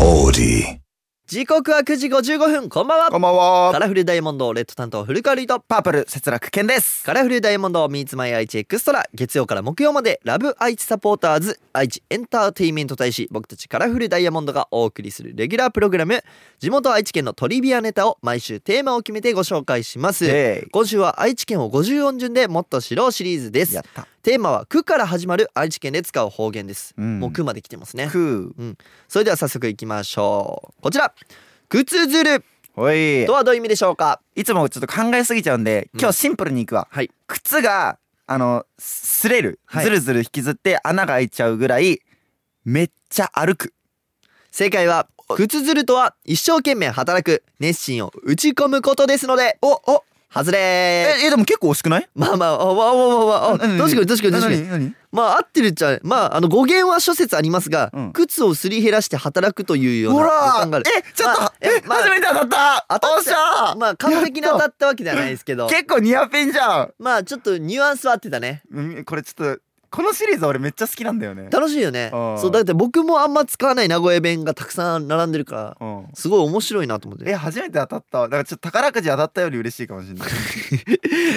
オーデ時刻は9時55分こんばんこはんばんカは。ラフルダイヤモンドレッド担当古川瑠衣とパープル、節楽健です。カラフルダイヤモンド Meets My 愛知エクストラ月曜から木曜までラブ愛知サポーターズ愛知エンターテインメント大使僕たちカラフルダイヤモンドがお送りするレギュラープログラム地元愛知県のトリビアネタを毎週テーマを決めてご紹介します、え今週は愛知県を50音順でもっと知ろうシリーズでいすやった。テーマは「く」から始まる愛知県で使う方言です、うんもう「く」まで来てますねくそれでは早速いきましょうこちら「靴ずるお」いと。はどういう意味でしょうかいつもちょっと考えすぎちゃうんで、うん今日シンプルにいくわ。はい靴が、あの、すれるは。いずるずる引きずって穴が開いちゃうぐらい、めっちゃ歩く。正解は「靴ずる」とは一生懸命働く熱心を打ち込むことですのでおお外えれー、え、でも結構惜しくないまあまあおわおわおわお何どうしくどうしくどうし何く何何まあ合ってるっちゃまああの語源は諸説ありますが、うん靴をすり減らして働くというようなほ語ら源があるえ、ちょっまあと、ええ、まあ初めて当たった当たったおっしゃまあ完璧に当たやっったわけではないですけどた結構ニアピンじゃんまあちょっとニュアンスは合ってたねうん。これちょっと、このシリーズ俺めっちゃ好きなんだよね。楽しいよねあーそうだって僕もあんま使わない名古屋弁がたくさん並んでるからうん。すごい面白いなと思ってえ、初めて当たったわ。だからちょっと宝くじ当たったより嬉しいかもしれな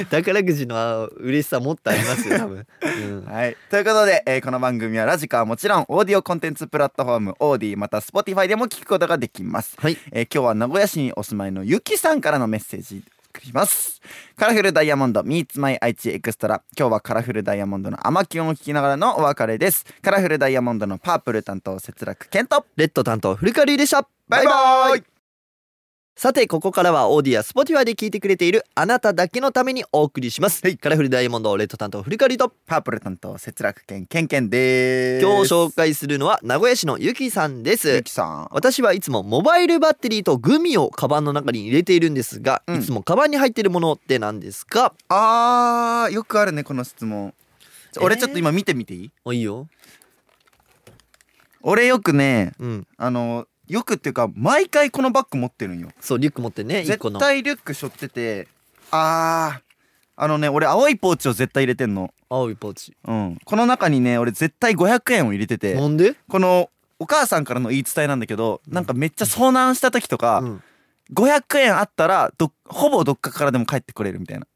い。 宝くじのあ嬉しさもっとありますよ多分、うん、はい、ということで、えーこの番組はラジカはもちろんオーディオコンテンツプラットフォームオーディまた Spotify でも聞くことができます、はいえー今日は名古屋市にお住まいのゆきさんからのメッセージお送りしますカラフルダイヤモンド Meets My 愛知エクストラ今日はカラフルダイヤモンドの甘き音を聞きながらのお別れですカラフルダイヤモンドのパープル担当節楽健とレッド担当古川瑠衣でしたバイバーイさてここからはオーディやスポティファイで聞いてくれているあなただけのためにお送りします、カラフルダイヤモンドレッド担当古川瑠衣とパープル担当節楽健健健です今日紹介するのは名古屋市のゆきさんですゆきさん私はいつもモバイルバッテリーとグミをカバンの中に入れているんですが、うんいつもカバンに入っているものって何ですかあーよくあるねこの質問ちょ俺えーちょっと今見てみていいおいいよ俺よくねうんあのよくっていうか毎回このバッグ持ってるんよそうリュック持ってね一絶個の対リュック背負っててあーあのね俺青いポーチを絶対入れてんの、青いポーチうん、この中にね俺絶対500円を入れててなんで、このお母さんからの言い伝えなんだけどなんかめっちゃ遭難した時とか、うん、 500円あったらどほぼどっかからでも帰ってこれるみたいなっ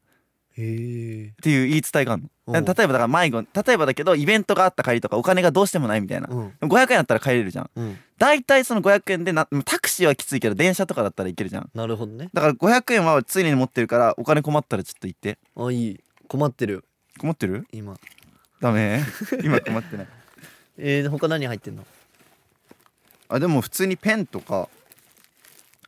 へえていう言い伝えがあるうんの、だから例えばだから迷子例えばだけどイベントがあった帰りとかお金がどうしてもないみたいな、うん500円あったら帰れるじゃんうん大体その500円でなタクシーはきついけど電車とかだったらいけるじゃんなるほどねだから500円は常に持ってるからお金困ったらちょっと言ってあいい困ってる困ってる今ダメ 今困ってないえー、他何入ってんのあでも普通にペンとか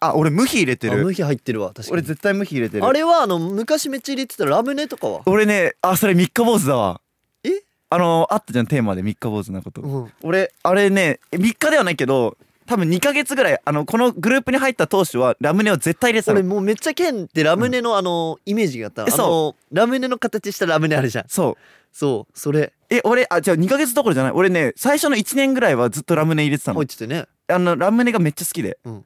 あ俺無比入れてある無比入ってるわ確か俺に絶対無比入れてるあれはあの昔めっちゃ入れてたラムネとかは俺ねあそれ三日坊主だわえあのあったじゃんテーマで三日坊主なこと、うん俺あれね3日ではないけど多分2ヶ月ぐらいあのこのグループに入った当初はラムネを絶対入れてた俺のもうめっちゃ剣ってラムネのあのイメージがあった、えあのそラムネの形したラムネあるじゃんそうそうそれえ俺あじゃあ2ヶ月どころじゃない俺ね最初の1年ぐらいはずっとラムネ入れてたの入っててねあのラムネがめっちゃ好きで、うん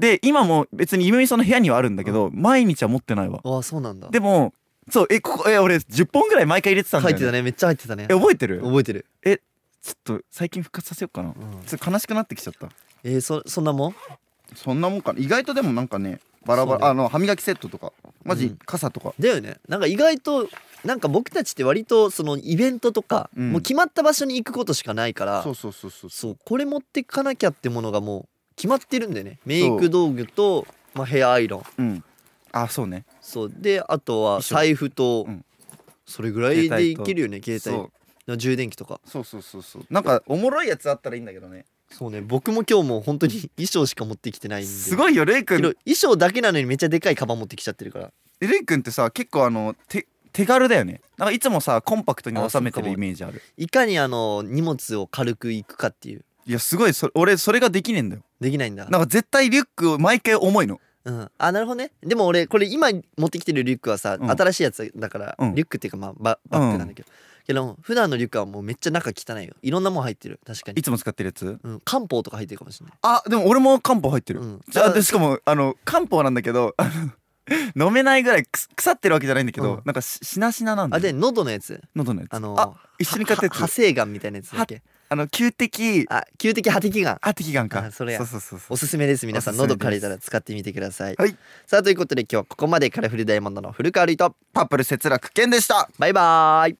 で今も別にゆめみさんの部屋にはあるんだけど、毎日は持ってないわああそうなんだでもそうえここえ俺10本ぐらい毎回入れてたんだ入よ、ってたねめっちゃ入ってたねえ覚えてる覚えてる、ちょっと最近復活させようかなうん、ちょっと悲しくなってきちゃったえー、そそんなもんそんなもんかな意外とでもなんかねバラバそうラ、ねあの歯磨きセットとかマジ、うん傘とかだよねなんか意外となんか僕たちって割とそのイベントとか、うんもう決まった場所に行くことしかないからそうそうそうそうそうこれ持ってかなきゃってものがもう決まってるんだよねメイク道具と、まあ、ヘアアイロンうんあそうねそうであとは衣装財布と、うんそれぐらい携で帯いとけるよね携帯そうの充電器とかそうそうそうそうなんかおもろいやつあったらいいんだけどねそうね僕も今日もう本当に衣装しか持ってきてないんですごいよレイくんけど衣装だけなのにめっちゃでかいカバン持ってきちゃってるからえレイくんってさ結構あのて手軽だよねなんかいつもさコンパクトに収めてあそうかもるイメージあるいかにあの荷物を軽くいくかっていういやすごいそ俺それができねえんだよできないんだなんか絶対リュックを毎回重いのうん、あなるほどねでも俺これ今持ってきてるリュックはさ、うん新しいやつだから、うんリュックっていうかまあババッグなんだけど、けど普段のリュックはもうめっちゃ中汚いよいろんなもん入ってる確かにい、つも使ってるやつうん、漢方とか入ってるかもしれない、あでも俺も漢方入ってる、うん、じゃあでしかもあの漢方なんだけどあの 飲めないぐらいくす腐ってるわけじゃないんだけど、うんなんかししなしななんだあよで喉のやつ喉のやつあのあ一緒に買ったやつはは派生がんみたいなやつだっけあの急滴あ急的破滴があって祈願かあそれやそうそうそうそうおすすめです皆さんおすすめで喉す枯れたら使ってみてください、はいさあということで今日はここまでカラフルダイヤモンドの古川瑠衣とパープル節楽健でしたバイバーイ